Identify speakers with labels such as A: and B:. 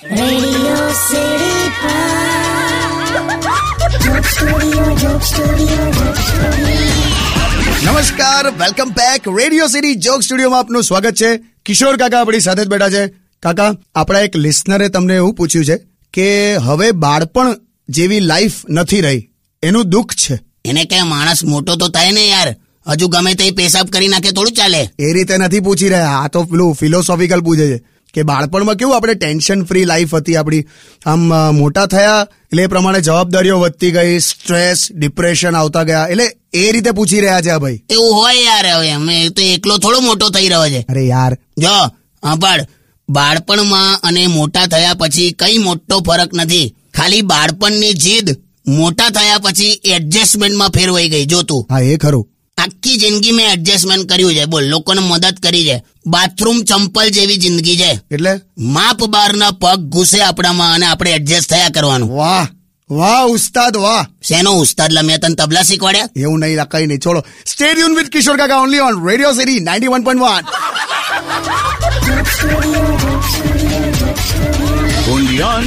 A: Radio City Pod. Joke Studio, Joke Studio, Joke Studio.
B: નમસ્કાર welcome back Radio City Joke સ્ટુડિયોમાં આપનું સ્વાગત છે કિશોર કાકા આપણી સાથે જ બેઠા છે કાકા આપણા એક લિસનરે તમને એવું પૂછ્યું છે કે હવે બાળપણ જેવી લાઈફ નથી રહી એનું દુઃખ છે
C: એને કે માણસ મોટો તો થાય ને યાર હજુ ગમે તે પેશાબ કરી નાખે થોડું ચાલે
B: એ રીતે નથી પૂછી રહ્યા આ તો પેલું ફિલોસોફિકલ પૂછે છે કે બાળપણમાં કેવું આપણે ટેન્શન ફ્રી લાઈફ હતી આપણી આમ અ, મોટા થયા એટલે એ પ્રમાણે જવાબદારીઓ વધતી ગઈ સ્ટ્રેસ ડિપ્રેશન આવતા ગયા એટલે એ રીતે પૂછી રહ્યા છે આ ભાઈ
C: એવું હોય યાર હવે અમે તો એકલો થોડો મોટો થઈ રહ્યો છે
B: અરે યાર
C: જો સાંભળ બાળપણમાં અને મોટા થયા પછી કઈ મોટો ફરક નથી ખાલી બાળપણની જીદ મોટા થયા પછી એડજસ્ટમેન્ટમાં ફેરવાઈ ગઈ જો તું
B: હા એ ખરું
C: આખી જિંદગી મેં એડજસ્ટમેન્ટ કર્યું છે બોલ લોકોને મદદ કરી છે બાથરૂમ ચંપલ જેવી જિંદગી છે
B: એટલે
C: માપ બારના પગ ઘૂસે આપણામાં અને આપણે એડજસ્ટ થયા કરવાનું
B: વાહ વાહ ઉસ્તાદ વાહ
C: શેનો ઉસ્તાદ લમ્યા તને તબલા શીખવાડ્યા
B: એવું નહીં લા, કઈ નહીં છોડો સ્ટે ટ્યુન વિથ કિશોર કાકા only on Radio City 91.1
A: Joke Studio, Joke Studio.
D: Only on